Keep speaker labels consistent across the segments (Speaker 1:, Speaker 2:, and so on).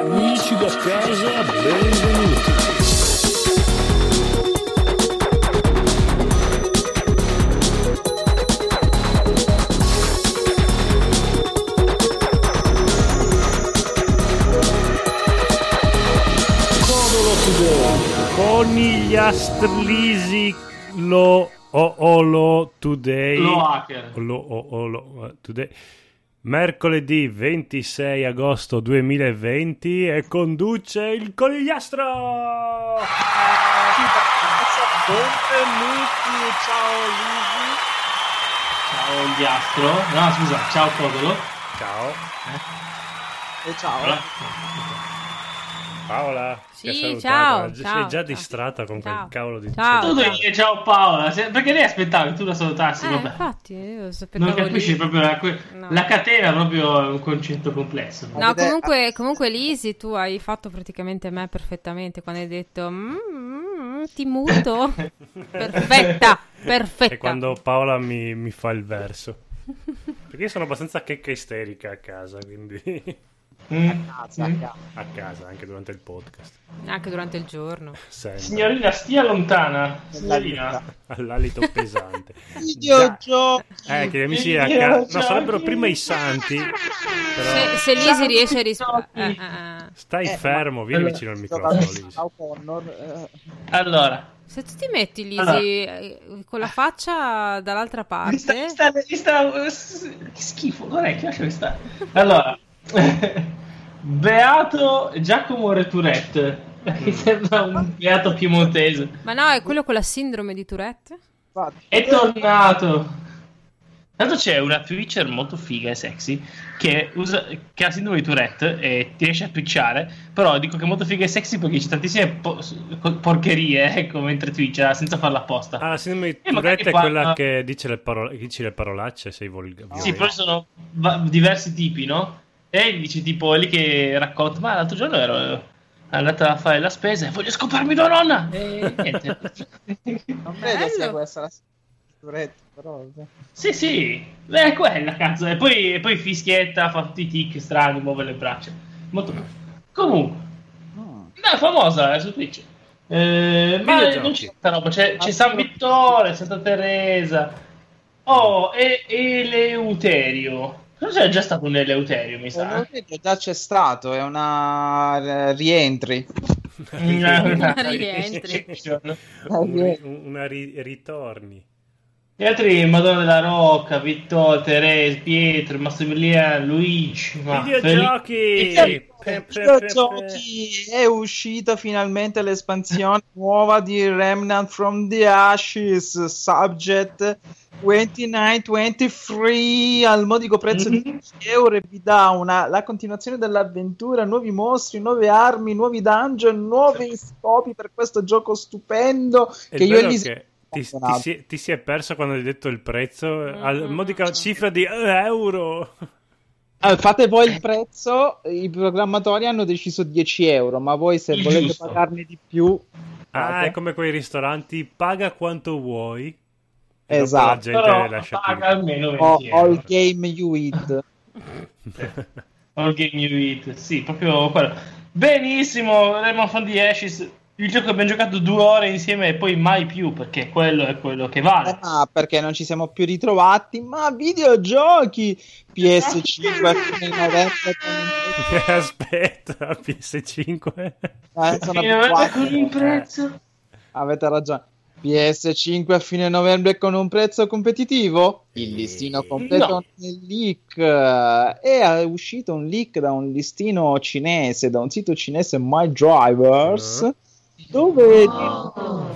Speaker 1: Amici da casa, benvenuti. Codolo Today.
Speaker 2: Conigliastrisi lo o o lo today.
Speaker 3: Lo hacker.
Speaker 2: Lo o o lo eh, today. Mercoledì 26 agosto 2020 e conduce il conigliastro.
Speaker 1: Benvenuti, ciao Lisi.
Speaker 3: Ciao Ghiastro. No, scusa, ciao Codolo.
Speaker 2: Ciao
Speaker 1: E ciao.
Speaker 3: Allora,
Speaker 2: Paola.
Speaker 4: Sì,
Speaker 2: ti ha salutato. eh,
Speaker 4: ciao,
Speaker 2: Sei
Speaker 4: ciao,
Speaker 2: già
Speaker 4: ciao.
Speaker 2: distratta con quel
Speaker 4: Ciao.
Speaker 2: cavolo di
Speaker 4: Ciao.
Speaker 3: Tu devi dire ciao Paola, se- perché lei aspettava che tu la salutassi,
Speaker 4: Eh,
Speaker 3: vabbè.
Speaker 4: infatti, io
Speaker 3: Non
Speaker 4: aspettavo
Speaker 3: capisci
Speaker 4: lì.
Speaker 3: proprio la, que-
Speaker 4: No.
Speaker 3: la catena, è proprio un concetto complesso.
Speaker 4: No, comunque, comunque Lisi, tu hai fatto praticamente me perfettamente quando hai detto "Mm, mm, ti muto. perfetta, perfetta.
Speaker 2: E quando Paola mi, mi fa il verso. Perché io sono abbastanza checca isterica a casa, quindi
Speaker 3: Mm. Mm.
Speaker 2: a casa, anche durante il podcast.
Speaker 4: Anche durante il giorno.
Speaker 2: Sempre.
Speaker 3: Signorina, stia lontana. Signorina.
Speaker 2: All'alito pesante.
Speaker 1: Videogiochi.
Speaker 2: Eh, che gli amici a
Speaker 3: Io
Speaker 2: casa.
Speaker 3: ciao.
Speaker 2: No, sarebbero prima i santi. Però
Speaker 4: Se, se Lisi riesce a
Speaker 3: TikToker.
Speaker 4: rispondere... Eh, eh, eh.
Speaker 2: stai
Speaker 1: Eh,
Speaker 2: fermo, vieni
Speaker 3: Allora,
Speaker 2: vicino al microfono. Lisi.
Speaker 1: Ciao Connor. eh,
Speaker 3: Allora,
Speaker 4: Se tu ti metti Lisi
Speaker 3: Allora.
Speaker 4: eh, con la faccia dall'altra
Speaker 3: mi sta, mi
Speaker 4: parte...
Speaker 3: sta, mi sta- eh, s- che schifo, l'orecchio, lasciami stare. Allora, Beato Giacomo Returette. Mi sembra un beato piemontese.
Speaker 4: Ma no, è quello con la sindrome di Tourette?
Speaker 1: infatti.
Speaker 3: È tornato. Tanto c'è una Twitcher molto figa e sexy che, usa, che ha sindrome di Tourette e ti riesce a twitchare. Però dico che è molto figa e sexy perché c'è tantissime po- co- porcherie ecco, mentre twitcha senza farla apposta.
Speaker 2: Ah, la sindrome di
Speaker 3: Eh, magari
Speaker 2: Tourette è
Speaker 3: qua-
Speaker 2: quella che dice le, parol- dice le parolacce, sei volgare.
Speaker 3: sì, però ci sono va- diversi tipi, no? E dice tipo lì che racconta, ma l'altro giorno ero eh, andata a fare la spesa e voglio scoparmi tua nonna. E niente.
Speaker 1: Non credo sia
Speaker 4: Bello.
Speaker 1: questa la sicurezza, però. eh.
Speaker 3: Sì, sì, Beh, è quella, cazzo. E poi, e poi fischietta, fa tutti i tic strani, muove le braccia. Molto bello. Comunque,
Speaker 1: No.
Speaker 3: no, è famosa eh, su Twitch. Eh, ma
Speaker 2: Videogiochi.
Speaker 3: non c'è tanta roba, c'è, c'è San Vittore, Santa Teresa. Oh, e e Eleuterio. Non c'è già stato un Eleuterio, mi
Speaker 1: Eh,
Speaker 3: sa.
Speaker 1: lo vedo, già c'è stato, è una eh, rientri.
Speaker 3: Una- una-
Speaker 4: Rientri.
Speaker 2: Un- un- una ri- ritorni.
Speaker 3: Gli altri, Madonna della Rocca, Vittorio, Teresa, Pietro, Massimiliano, Luigi. ma-
Speaker 2: Videogiochi!
Speaker 3: Felipe-
Speaker 2: Pe- pe- pe-
Speaker 1: Videogiochi, è uscita finalmente l'espansione nuova di Remnant from the Ashes, Subject 29-23 al modico prezzo di
Speaker 3: Mhm.
Speaker 1: 10 euro e vi dà una, la continuazione dell'avventura, nuovi mostri, nuove armi, nuovi dungeon, nuovi scopi per questo gioco stupendo
Speaker 2: E
Speaker 1: che
Speaker 2: il
Speaker 1: io
Speaker 2: bello
Speaker 1: gli
Speaker 2: è che ti, ti si, ti si è perso quando hai detto il prezzo eh, al
Speaker 4: Mm.
Speaker 2: modica cifra di eh, euro.
Speaker 1: Ah, fate voi il prezzo, i programmatori hanno deciso 10 euro, ma voi se
Speaker 3: Il
Speaker 1: volete
Speaker 3: giusto.
Speaker 1: pagarne di più...
Speaker 2: Ah,
Speaker 1: fate.
Speaker 2: è come quei ristoranti, paga quanto vuoi. e dopo
Speaker 1: Esatto.
Speaker 2: La gente
Speaker 3: Però
Speaker 2: lascia
Speaker 3: paga
Speaker 2: perdere.
Speaker 3: almeno 20
Speaker 1: o
Speaker 3: euro.
Speaker 1: All Game You Eat. oh.
Speaker 3: All Game You Eat. Sì, proprio quello. Benissimo, Raymond from the Ashes. Il gioco che abbiamo giocato due ore insieme e poi mai più, perché quello è quello che vale.
Speaker 1: Ah, perché non ci siamo più ritrovati, ma videogiochi PS5 a fine novembre
Speaker 2: Eh, Aspetta, PS5.
Speaker 1: eh, sono
Speaker 3: Fine novembre
Speaker 1: abituato.
Speaker 3: con un
Speaker 2: Eh,
Speaker 3: prezzo.
Speaker 1: avete ragione. PS5 a fine novembre con un prezzo competitivo? Il listino completo
Speaker 3: No.
Speaker 1: nel leak. Eh, È uscito un leak da un listino cinese, da un sito cinese My Drivers,
Speaker 2: Mm.
Speaker 1: dove,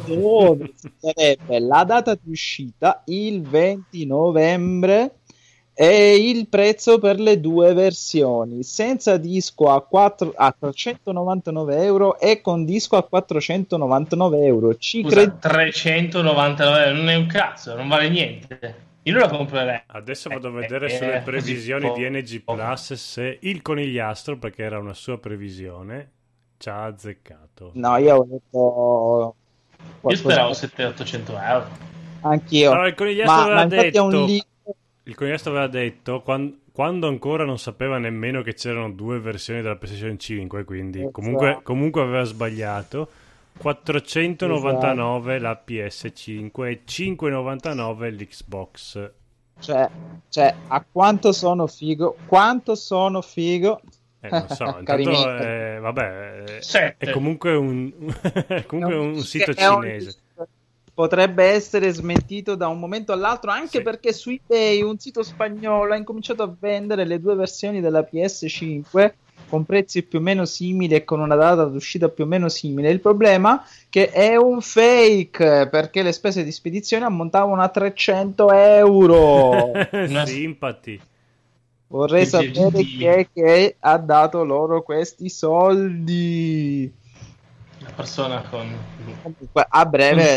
Speaker 1: dove sarebbe la data di uscita il 20 novembre e il prezzo per le due versioni, senza disco a, 4 a 399 euro e con disco a 499 euro. Ci
Speaker 3: Scusa,
Speaker 1: credete?
Speaker 3: 399 euro, non è un cazzo, non vale niente. Io non la comprerei.
Speaker 2: Adesso vado a
Speaker 3: Eh,
Speaker 2: vedere
Speaker 3: eh, oh,
Speaker 2: sulle
Speaker 3: così
Speaker 2: previsioni
Speaker 3: poco.
Speaker 2: di NG Plus se il conigliastro, perché era una sua previsione, ci ha azzeccato.
Speaker 1: No, io ho detto
Speaker 3: Io
Speaker 1: qualcosa-
Speaker 3: speravo 700-800 euro.
Speaker 1: anch'io.
Speaker 2: Allora, il conigliastro
Speaker 1: ma, ma
Speaker 2: aveva
Speaker 1: infatti è
Speaker 2: detto...
Speaker 1: un leak
Speaker 2: Il Il conigliastro aveva detto quan- quando ancora non sapeva nemmeno che c'erano due versioni della PlayStation 5, quindi
Speaker 1: Esatto.
Speaker 2: comunque, comunque aveva sbagliato. 499 la PS5 e 599 l'Xbox.
Speaker 1: Cioè, cioè, a quanto sono figo, quanto sono figo.
Speaker 2: Eh, non so,
Speaker 1: Cari
Speaker 2: intanto,
Speaker 1: miei.
Speaker 2: eh, vabbè, eh,
Speaker 3: Sette.
Speaker 2: è comunque un, è comunque un sito
Speaker 1: È un-
Speaker 2: cinese.
Speaker 1: Potrebbe essere smentito da un momento all'altro, anche
Speaker 2: Sì.
Speaker 1: perché su eBay un sito spagnolo ha incominciato a vendere le due versioni della PS5 con prezzi più o meno simili e con una data d'uscita più o meno simile. Il problema è che è un fake perché le spese di spedizione ammontavano a 300 euro.
Speaker 3: Una-
Speaker 2: sì, infatti.
Speaker 1: Vorrei
Speaker 3: Che
Speaker 1: sapere
Speaker 3: gentili.
Speaker 1: chi è che ha dato loro questi soldi.
Speaker 3: Una persona con
Speaker 1: Comunque, a breve,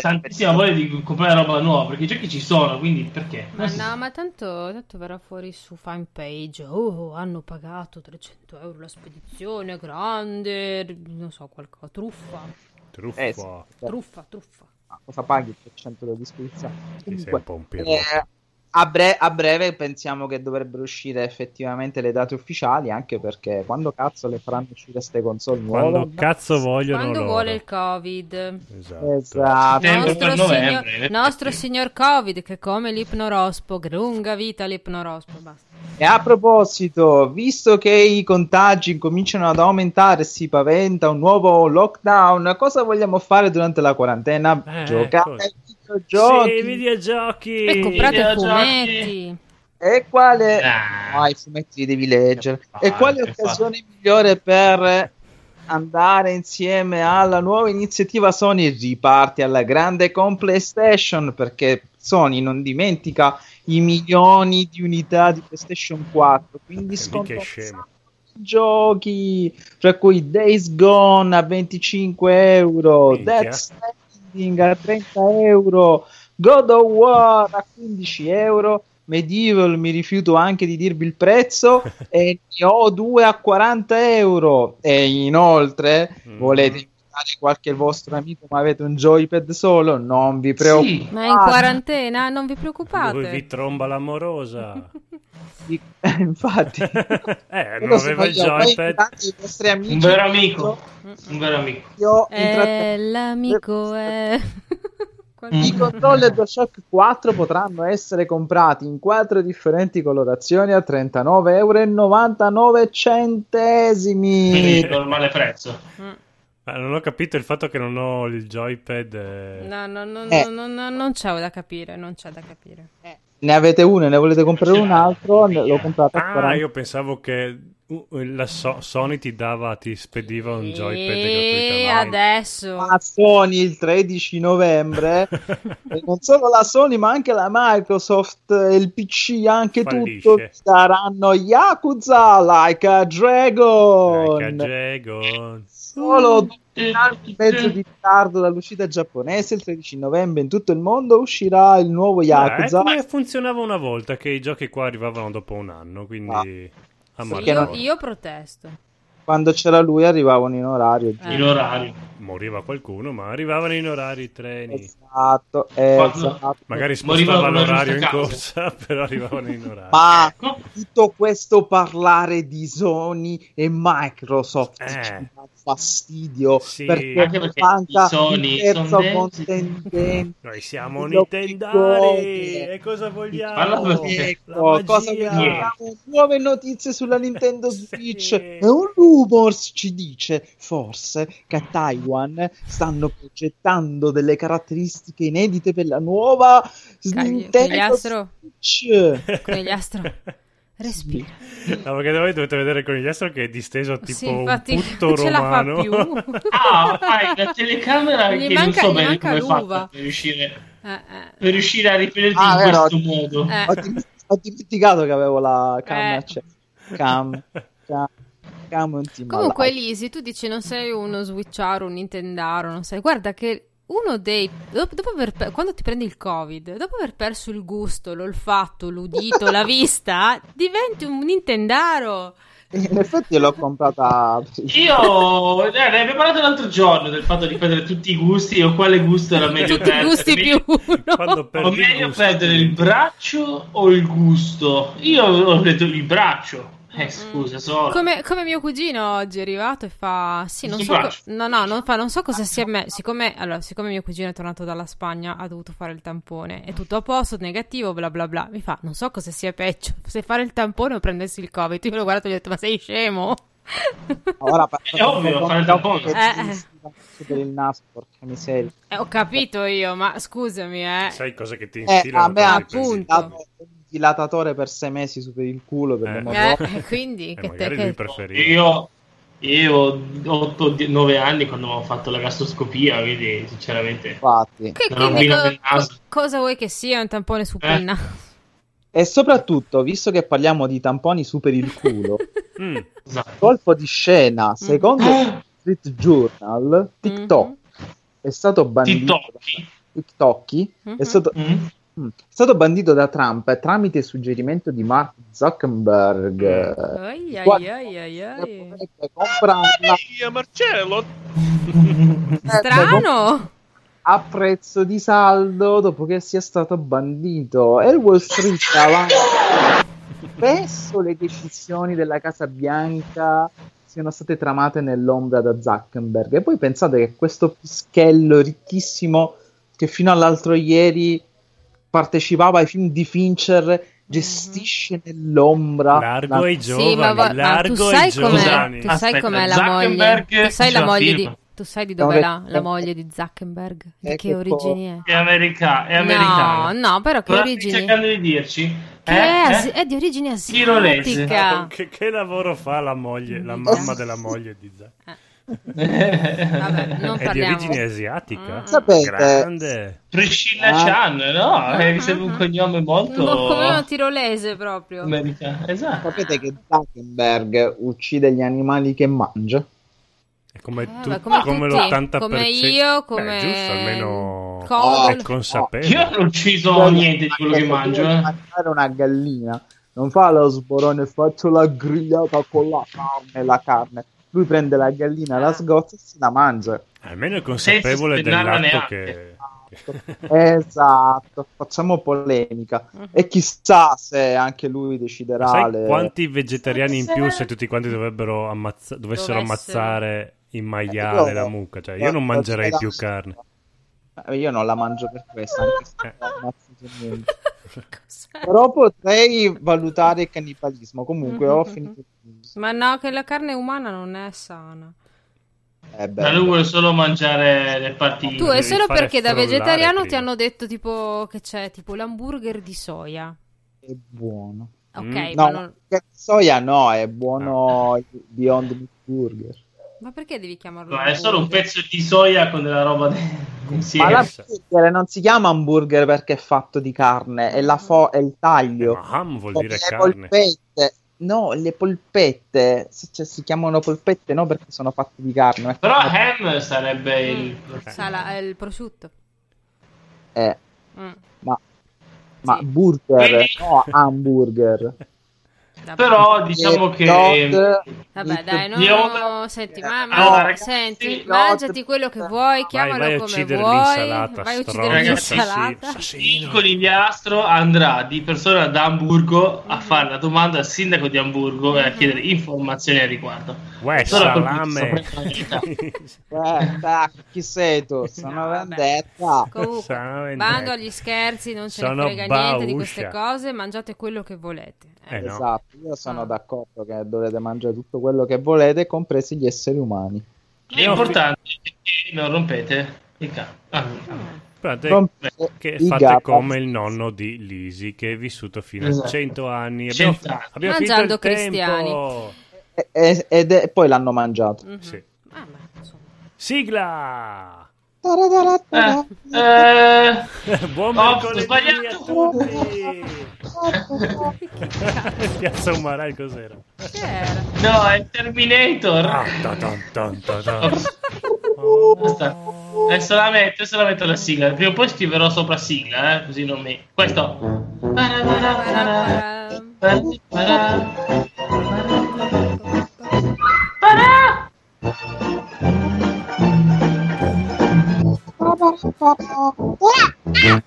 Speaker 3: con tantissima voglia di comprare roba nuova perché i giochi ci sono quindi perché
Speaker 4: Ma no, ma tanto, tanto verrà fuori su fanpage. Oh, hanno pagato 300 euro la spedizione, grande. Non so, qualcosa. Truffa,
Speaker 2: Truffa.
Speaker 1: Eh, sì.
Speaker 4: truffa, truffa.
Speaker 1: Ma cosa paghi 300 euro di spedizione?
Speaker 2: Sì, sei
Speaker 1: Comunque,
Speaker 2: un po' un pirlo.
Speaker 1: eh, a, bre- a breve pensiamo che dovrebbero uscire effettivamente le date ufficiali, anche perché quando cazzo le faranno uscire queste console nuove?
Speaker 2: Quando cazzo vogliono
Speaker 4: Quando
Speaker 2: loro.
Speaker 4: vuole il Covid.
Speaker 2: Esatto.
Speaker 1: Esatto.
Speaker 3: Settembre
Speaker 4: Nostro,
Speaker 3: per novembre, in
Speaker 4: signor,
Speaker 3: effetti.
Speaker 4: nostro signor Covid, che come l'ipnorospo, che lunga vita l'ipnorospo, basta.
Speaker 1: E a proposito, visto che i contagi cominciano ad aumentare, si paventa un nuovo lockdown, cosa vogliamo fare durante la quarantena?
Speaker 2: Eh,
Speaker 1: Giocare
Speaker 2: cosa?
Speaker 1: ai videogiochi.
Speaker 2: Sì, videogiochi.
Speaker 4: E Eh, comprate i
Speaker 3: videogiochi.
Speaker 4: fumetti.
Speaker 1: E quale...
Speaker 3: Ah.
Speaker 1: Ah, i fumetti li devi leggere.
Speaker 2: Eh,
Speaker 3: Che
Speaker 1: E quale
Speaker 3: fatto, che
Speaker 1: occasione migliore per andare insieme alla nuova iniziativa Sony riparti alla grande con PlayStation perché Sony non dimentica i milioni di unità di PlayStation 4 quindi
Speaker 2: Eh, mica è
Speaker 1: sconto
Speaker 2: scemo.
Speaker 1: giochi fra cui Days Gone a 25 euro
Speaker 2: Minchia.
Speaker 1: Death Stranding a 30 euro God of War a 15 euro Medieval mi rifiuto anche di dirvi il prezzo e ne ho due a 40 euro e inoltre
Speaker 2: Mm.
Speaker 1: volete invitare qualche vostro amico ma avete un joypad solo non vi preoccupate
Speaker 3: Sì,
Speaker 4: Ma è in quarantena, non vi preoccupate.
Speaker 2: Lui vi tromba l'amorosa.
Speaker 1: infatti
Speaker 2: eh, non aveva il joypad.
Speaker 1: i vostri amici
Speaker 3: un vero amico un vero amico
Speaker 1: io
Speaker 4: Eh,
Speaker 1: intrattengo-
Speaker 4: l'amico eh. è... Quando-
Speaker 2: Mm.
Speaker 1: I controller DualShock 4 potranno essere comprati in quattro differenti colorazioni a 39,99
Speaker 3: quindi
Speaker 1: euro.
Speaker 3: normale prezzo
Speaker 4: Mm.
Speaker 2: Ma Ah, non ho capito il fatto che non ho il joypad. eh.
Speaker 4: No, no, no,
Speaker 1: Eh.
Speaker 4: no, no, no, non c'è da capire, non c'è da capire.
Speaker 1: Ne avete uno e ne volete comprare un altro, ne- l'ho comprato a
Speaker 2: Ah,
Speaker 1: 40.
Speaker 2: io pensavo che uh, la So- Sony ti dava, ti spediva un joypad
Speaker 4: e
Speaker 2: gratuitamente.
Speaker 4: adesso...
Speaker 1: Ma Sony il 13 novembre, e non solo la Sony ma anche la Microsoft e il PC, anche
Speaker 2: Fallisce.
Speaker 1: tutto, vi daranno Yakuza Like a Dragon.
Speaker 2: Like a dragon. Mm.
Speaker 1: Solo due anni
Speaker 3: Eh,
Speaker 1: e mezzo di ritardo dall'uscita giapponese, il 13 novembre in tutto il mondo uscirà il nuovo Yakuza.
Speaker 2: Ah, è come funzionava una volta che i giochi qua arrivavano dopo un anno, quindi a
Speaker 1: Ah. Sì,
Speaker 2: Marco
Speaker 1: perché
Speaker 4: io,
Speaker 1: no?
Speaker 4: io protesto. eh.
Speaker 1: Quando c'era lui arrivavano in orario.
Speaker 2: Eh,
Speaker 1: giusto?
Speaker 3: in eh. orario
Speaker 2: moriva qualcuno, ma arrivavano in orari i treni.
Speaker 1: Esatto,
Speaker 3: Quando-
Speaker 1: esatto.
Speaker 2: Magari
Speaker 3: Moriva
Speaker 2: spostavano
Speaker 3: con la
Speaker 2: l'orario in
Speaker 3: giusta
Speaker 2: corsa, però arrivavano in orario.
Speaker 1: Ma
Speaker 3: Ecco.
Speaker 1: tutto questo parlare di Sony e Microsoft
Speaker 2: Eh.
Speaker 1: ci dà fastidio
Speaker 2: Sì.
Speaker 1: perché,
Speaker 3: Anche perché
Speaker 1: manca
Speaker 3: i Sony
Speaker 1: il terzo
Speaker 3: sono densi.
Speaker 1: contendente.
Speaker 2: Noi siamo
Speaker 1: Lo
Speaker 2: Nintendari
Speaker 1: piccolo.
Speaker 2: e cosa vogliamo?
Speaker 3: Parla per te.
Speaker 2: La
Speaker 1: Ecco, cosa
Speaker 2: magia.
Speaker 1: vediamo? Nuove notizie sulla Nintendo
Speaker 2: Sì.
Speaker 1: Switch e un rumors ci dice forse che a Taiwan stanno progettando delle caratteristiche inedite per la nuova Nintendo
Speaker 4: Conigliastro,
Speaker 1: Switch.
Speaker 4: conigliastro, respira.
Speaker 2: No, perché voi dovete vedere con gli astro che è disteso tipo
Speaker 4: sì, infatti,
Speaker 2: un putto
Speaker 4: non ce la fa
Speaker 2: romano.
Speaker 4: più.
Speaker 3: ah hai la telecamera
Speaker 4: Gli
Speaker 3: che
Speaker 4: manca-
Speaker 3: non so
Speaker 4: gli
Speaker 3: bene
Speaker 4: manca
Speaker 3: come è
Speaker 4: l'uva.
Speaker 3: fatta per riuscire
Speaker 4: Eh, eh.
Speaker 3: per riuscire a riprenderti
Speaker 1: Ah,
Speaker 3: in
Speaker 1: vero.
Speaker 3: questo modo
Speaker 4: Eh.
Speaker 1: ho, dim- ho dimenticato che avevo la cam
Speaker 4: Eh.
Speaker 1: accesa. Cam, cam, cam un team
Speaker 4: Comunque,
Speaker 1: alive.
Speaker 4: Elisi, tu dici non sei uno switcharo, un nintendaro, non sai. Guarda che uno dei... dop- Dopo aver pe- quando ti prendi il covid, dopo aver perso il gusto, l'olfatto, l'udito, la vista, diventi un nintendaro.
Speaker 1: In effetti l'ho comprata.
Speaker 3: Io eh, ne abbiamo parlato l'altro giorno del fatto di prendere tutti i gusti o quale gusto era meglio
Speaker 4: Tutti i
Speaker 3: prendere.
Speaker 4: gusti più
Speaker 2: Quando
Speaker 4: uno.
Speaker 2: perdi
Speaker 3: o
Speaker 2: il
Speaker 3: meglio
Speaker 2: gusto.
Speaker 3: prendere il braccio o il gusto? Io ho detto il braccio. Eh, scusa, sono
Speaker 4: Come, come mio cugino oggi è arrivato e fa: Sì, non
Speaker 3: Sul
Speaker 4: so, co-
Speaker 3: braccio.
Speaker 4: no, no, non, fa- non so cosa sia me. Siccome, allora, siccome mio cugino è tornato dalla Spagna, ha dovuto fare il tampone. È tutto a posto, negativo, bla bla bla. Mi fa: Non so cosa sia peggio, se fare il tampone o prendersi il COVID. Io l'ho guardato e gli ho detto: Ma sei scemo?
Speaker 1: Ora
Speaker 3: È ovvio, fare il tampone.
Speaker 4: Eh, eh.
Speaker 1: Per il naso, porca miseria.
Speaker 4: Eh, ho capito io, ma scusami, eh. ah,
Speaker 2: Sai cosa che ti
Speaker 1: Eh,
Speaker 2: infilano?
Speaker 1: a me
Speaker 4: non
Speaker 1: ha
Speaker 4: l'hai preso.
Speaker 1: appunto dato un dilatatore per sei mesi su per il culo per
Speaker 2: Eh.
Speaker 1: le
Speaker 4: Eh,
Speaker 1: morroidi.
Speaker 4: quindi,
Speaker 2: Eh,
Speaker 4: che te,
Speaker 2: magari
Speaker 4: che-
Speaker 2: lui preferiva.
Speaker 3: Io, io 8-9 anni quando avevo fatto la gastroscopia, quindi sinceramente...
Speaker 1: Infatti.
Speaker 4: che-
Speaker 3: Non
Speaker 4: quindi
Speaker 3: rompino
Speaker 4: co-
Speaker 3: del naso.
Speaker 4: co- cosa vuoi che sia un tampone su
Speaker 3: Eh.
Speaker 4: quel naso?
Speaker 1: E soprattutto, visto che parliamo di tamponi su per il culo,
Speaker 2: Mm.
Speaker 3: Esatto.
Speaker 1: colpo di
Speaker 4: Mm.
Speaker 1: scena, secondo
Speaker 4: Eh.
Speaker 1: Street Journal, TikTok
Speaker 4: Mhm.
Speaker 1: è stato bandito
Speaker 3: TikTok.
Speaker 1: TikTok
Speaker 4: Mhm.
Speaker 1: è stato
Speaker 3: Mm?
Speaker 1: Mm. È stato bandito da Trump tramite suggerimento di Mark Zuckerberg. eh,
Speaker 4: Mm. Ai, ai,
Speaker 1: Guarda,
Speaker 4: ai, ai, ai.
Speaker 1: potrebbe comprarla
Speaker 5: Via Marcello!
Speaker 4: Strano!
Speaker 1: a prezzo di saldo dopo che sia stato bandito. E il Wall Street avanti. Spesso le decisioni della Casa Bianca siano state tramate nell'ombra da Zuckerberg. E poi pensate che questo pischello ricchissimo che fino all'altro ieri partecipava ai film di Fincher gestisce nell'ombra
Speaker 2: Largo
Speaker 1: la-
Speaker 2: ai giovani,
Speaker 4: va-
Speaker 2: largo
Speaker 4: tu sai
Speaker 2: ai giovani.
Speaker 4: com'è, tu sai
Speaker 3: Aspetta,
Speaker 4: com'è la moglie?
Speaker 3: Zuckerberg
Speaker 4: Tu sai
Speaker 3: c'è
Speaker 4: la
Speaker 3: un
Speaker 4: moglie
Speaker 3: film.
Speaker 4: di tu sai di
Speaker 1: Stiamo
Speaker 4: dov'è la,
Speaker 1: vedendo-
Speaker 4: la moglie di Zuckerberg? Di
Speaker 1: Eh,
Speaker 4: che
Speaker 1: che
Speaker 4: origini è?
Speaker 3: È, america- è
Speaker 4: No,
Speaker 3: americano.
Speaker 4: no, però che
Speaker 3: Cosa stai
Speaker 4: origini?
Speaker 3: cercando di dirci?
Speaker 4: Che
Speaker 3: Eh?
Speaker 4: è,
Speaker 3: Eh?
Speaker 4: asi- è di origine
Speaker 3: Tirolese.
Speaker 4: asiatica.
Speaker 2: Che, che lavoro fa la moglie,
Speaker 4: Mm.
Speaker 2: la mamma della moglie di Zac?
Speaker 4: Vabbè, non
Speaker 2: È di
Speaker 4: parliamo.
Speaker 2: origine asiatica?
Speaker 4: Mm.
Speaker 1: Sapete-
Speaker 2: Grande.
Speaker 3: Priscilla
Speaker 1: Ah.
Speaker 3: Chan, no? Eh, mi sembra un cognome molto
Speaker 4: No, come una tirolese proprio.
Speaker 3: americano. Esatto.
Speaker 1: Sapete che Zuckerberg uccide gli animali che mangia?
Speaker 2: È come,
Speaker 4: Eh,
Speaker 2: tu-
Speaker 4: ma come
Speaker 2: come
Speaker 4: tutti,
Speaker 2: l'80%.
Speaker 4: come io,
Speaker 2: Beh,
Speaker 4: come-
Speaker 2: giusto, almeno
Speaker 4: Col-
Speaker 2: è
Speaker 1: Eh,
Speaker 2: consapevole.
Speaker 3: Oh, Io non ho ucciso niente di quello che mangio.
Speaker 1: Deve
Speaker 3: eh.
Speaker 1: mangiare una gallina. Non fa lo sborone, faccio la grigliata con la carne, la carne. Lui prende la gallina, la sgozza e se la mangia.
Speaker 2: Almeno è consapevole
Speaker 3: Senza spennarla
Speaker 2: dell'atto che...
Speaker 3: neanche.
Speaker 1: Esatto, facciamo polemica.
Speaker 4: Mhm.
Speaker 1: E chissà se anche lui deciderà.
Speaker 2: Sai
Speaker 1: le-
Speaker 2: quanti vegetariani in più se tutti quanti dovrebbero ammazza- dovessero
Speaker 4: Eh. Dovessero.
Speaker 2: ammazzare il maiale,
Speaker 1: Io-
Speaker 2: la mucca? Cioè, io non mangerei più carne. Eh.
Speaker 1: Eh, Io non la mangio per questo, anche se non la ammazzo per niente.
Speaker 4: Cos'è?
Speaker 1: Però potrei valutare il cannibalismo. Comunque, ho finito.
Speaker 4: Ma no, che la carne umana non è sana.
Speaker 3: Ma
Speaker 1: Eh, beh,
Speaker 3: lui vuole solo mangiare le parti.
Speaker 4: Tu è
Speaker 2: devi
Speaker 4: solo
Speaker 2: fare
Speaker 4: perché da
Speaker 2: frullare
Speaker 4: vegetariano ti
Speaker 2: prima.
Speaker 4: hanno detto tipo che c'è tipo l'hamburger di soia.
Speaker 1: è buono.
Speaker 4: Ok,
Speaker 2: Mm.
Speaker 4: Eh, ma,
Speaker 1: No,
Speaker 4: non-
Speaker 1: perché soia no, è buono
Speaker 2: Ah.
Speaker 1: il Beyond Meat Burger.
Speaker 4: ma perché devi chiamarlo?
Speaker 3: No, è solo un
Speaker 4: hamburger?
Speaker 3: pezzo di soia con della roba de-
Speaker 1: Ma
Speaker 2: eh,
Speaker 3: insieme.
Speaker 1: la burger non si chiama hamburger perché è fatto di carne, è, la fo- è il
Speaker 2: Eh,
Speaker 1: taglio.
Speaker 2: ma ham vuol
Speaker 1: Come
Speaker 2: dire
Speaker 1: le
Speaker 2: carne.
Speaker 1: polpette. No, le polpette, se- cioè, si chiamano polpette no perché sono fatte di carne.
Speaker 3: Però ham sarebbe il.
Speaker 4: Mm. Sala- è il prosciutto.
Speaker 1: Eh,
Speaker 4: Mm.
Speaker 1: ma
Speaker 4: Sì.
Speaker 1: burger,
Speaker 3: Quindi-
Speaker 1: no hamburger.
Speaker 4: Vabbè.
Speaker 3: Però diciamo che.
Speaker 1: Not-
Speaker 4: Vabbè, dai, no,
Speaker 3: Io-
Speaker 4: senti,
Speaker 1: Eh,
Speaker 4: ma, ma-
Speaker 3: allora, ragazzi,
Speaker 4: senti,
Speaker 1: no,
Speaker 4: mangiati quello che vuoi, chiamalo
Speaker 2: vai a
Speaker 4: come
Speaker 2: uccidermi
Speaker 4: vuoi,
Speaker 2: insalata,
Speaker 4: vai a uccidere
Speaker 3: stronzo,
Speaker 4: l'insalata.
Speaker 2: assassino,
Speaker 3: Il conigliastro andrà di persona da Hamburgo a fare la domanda al sindaco di Hamburgo e a chiedere informazioni al riguardo.
Speaker 2: Uè,
Speaker 3: Solo col
Speaker 2: salame.
Speaker 3: pizzo,
Speaker 1: Eh, dai, chi sei tu? Sono
Speaker 4: No, vabbè.
Speaker 1: vendetta.
Speaker 2: Sono
Speaker 4: Comunque,
Speaker 2: vendetta.
Speaker 4: bando agli scherzi, non ce
Speaker 2: ecco. Sono
Speaker 4: ne frega niente di queste
Speaker 2: bauscia.
Speaker 4: cose, mangiate quello che volete.
Speaker 2: Eh, no.
Speaker 1: Esatto, io sono
Speaker 4: Ah.
Speaker 1: d'accordo che dovete mangiare tutto quello che volete, compresi gli esseri umani.
Speaker 3: L'importante è che non rompete il cazzo. Ah,
Speaker 2: Guardate
Speaker 1: Rompe
Speaker 2: Che
Speaker 1: eh, i
Speaker 2: fate
Speaker 1: gabba.
Speaker 2: come il nonno di Lisi che è vissuto fino a
Speaker 3: Esatto.
Speaker 2: 100 anni. Abbiamo,
Speaker 3: 100 anni.
Speaker 2: abbiamo
Speaker 4: Mangiando
Speaker 2: finito il
Speaker 4: cristiani.
Speaker 2: tempo.
Speaker 1: E- e- ed è- poi l'hanno mangiato.
Speaker 4: Mhm.
Speaker 2: Sì.
Speaker 4: Ah, beh, insomma.
Speaker 2: Sigla!
Speaker 3: Eh, eh,
Speaker 2: Buon
Speaker 3: Oh,
Speaker 2: mercoledì
Speaker 3: ho sbagliato.
Speaker 2: a tutti! Piazza Umarai cos'era?
Speaker 4: Che era?
Speaker 3: no, è il Terminator.
Speaker 2: Ah, ta tan tan ta tan.
Speaker 3: Basta. Adesso la metto, adesso la metto la sigla. Prima o poi scriverò sopra sigla, eh, così non mi. Questo.
Speaker 4: Ehm, Paraparam.
Speaker 3: Questo
Speaker 1: super... Yeah! Ah!